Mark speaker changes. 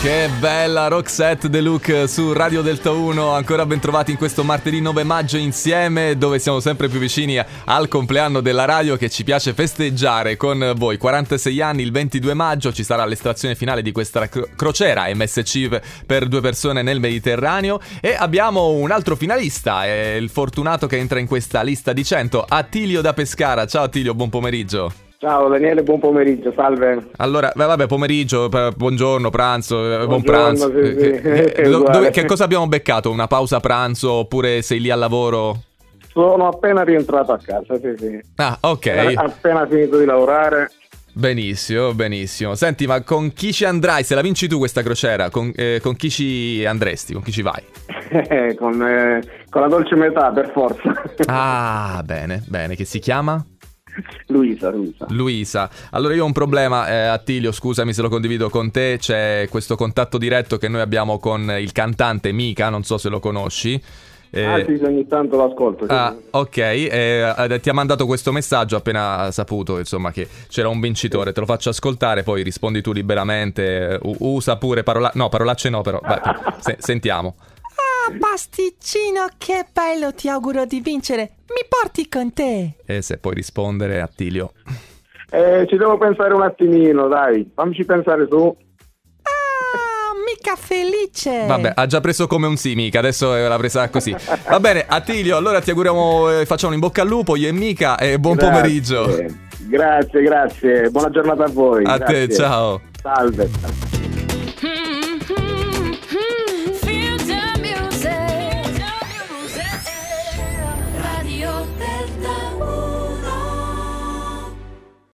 Speaker 1: Che bella Roxette Deluc su Radio Delta 1, ancora ben trovati in questo martedì 9 maggio insieme dove siamo sempre più vicini al compleanno della radio che ci piace festeggiare con voi. 46 anni, il 22 maggio ci sarà l'estrazione finale di questa cro- crociera MSC per due persone nel Mediterraneo e abbiamo un altro finalista, è il fortunato che entra in questa lista di 100, Attilio da Pescara. Ciao Attilio, buon pomeriggio.
Speaker 2: Ciao Daniele, buon pomeriggio, salve.
Speaker 1: Allora, beh, vabbè, pomeriggio, p- buongiorno, pranzo, eh, buon
Speaker 2: Buongiorno,
Speaker 1: pranzo.
Speaker 2: sì, sì.
Speaker 1: Eh, che-
Speaker 2: È
Speaker 1: do-
Speaker 2: uguale.
Speaker 1: dove- che cosa abbiamo beccato? Una pausa pranzo oppure sei lì al lavoro?
Speaker 2: Sono appena rientrato a casa, sì, sì.
Speaker 1: Ah, ok.
Speaker 2: Ho Appena finito di lavorare.
Speaker 1: Benissimo, benissimo. Senti, ma con chi ci andrai? Se la vinci tu questa crociera, con, eh, con chi ci andresti? Con chi ci vai?
Speaker 2: con, eh, con la dolce metà, per forza.
Speaker 1: Ah, bene, bene. Che si chiama?
Speaker 2: Luisa, Luisa.
Speaker 1: Luisa. Allora io ho un problema, eh, Attilio, scusami se lo condivido con te, c'è questo contatto diretto che noi abbiamo con il cantante Mika, non so se lo conosci. Eh,
Speaker 2: Ah sì, ogni tanto l'ascolto. sì.
Speaker 1: ah, ok, eh, eh, ti ha mandato questo messaggio appena saputo, insomma, che c'era un vincitore, te lo faccio ascoltare, poi rispondi tu liberamente, eh, u- usa pure parola... No, parolacce no, però... vai, se- sentiamo.
Speaker 3: Ah, pasticcino, che bello, ti auguro di vincere. Mi porti con te?
Speaker 1: E se puoi rispondere, Attilio.
Speaker 2: Eh, ci devo pensare un attimino, dai. Fammici pensare su.
Speaker 3: Ah, mica
Speaker 2: Eh.
Speaker 3: felice.
Speaker 1: Vabbè, ha già preso come un sì, mica, adesso eh, l'ha presa così. Va bene, Attilio, allora ti auguriamo, eh, facciamo un in bocca al lupo, io e mica, e buon
Speaker 2: Grazie.
Speaker 1: pomeriggio.
Speaker 2: Grazie, grazie. Buona giornata a voi.
Speaker 1: A te,
Speaker 2: grazie.
Speaker 1: ciao.
Speaker 2: Salve.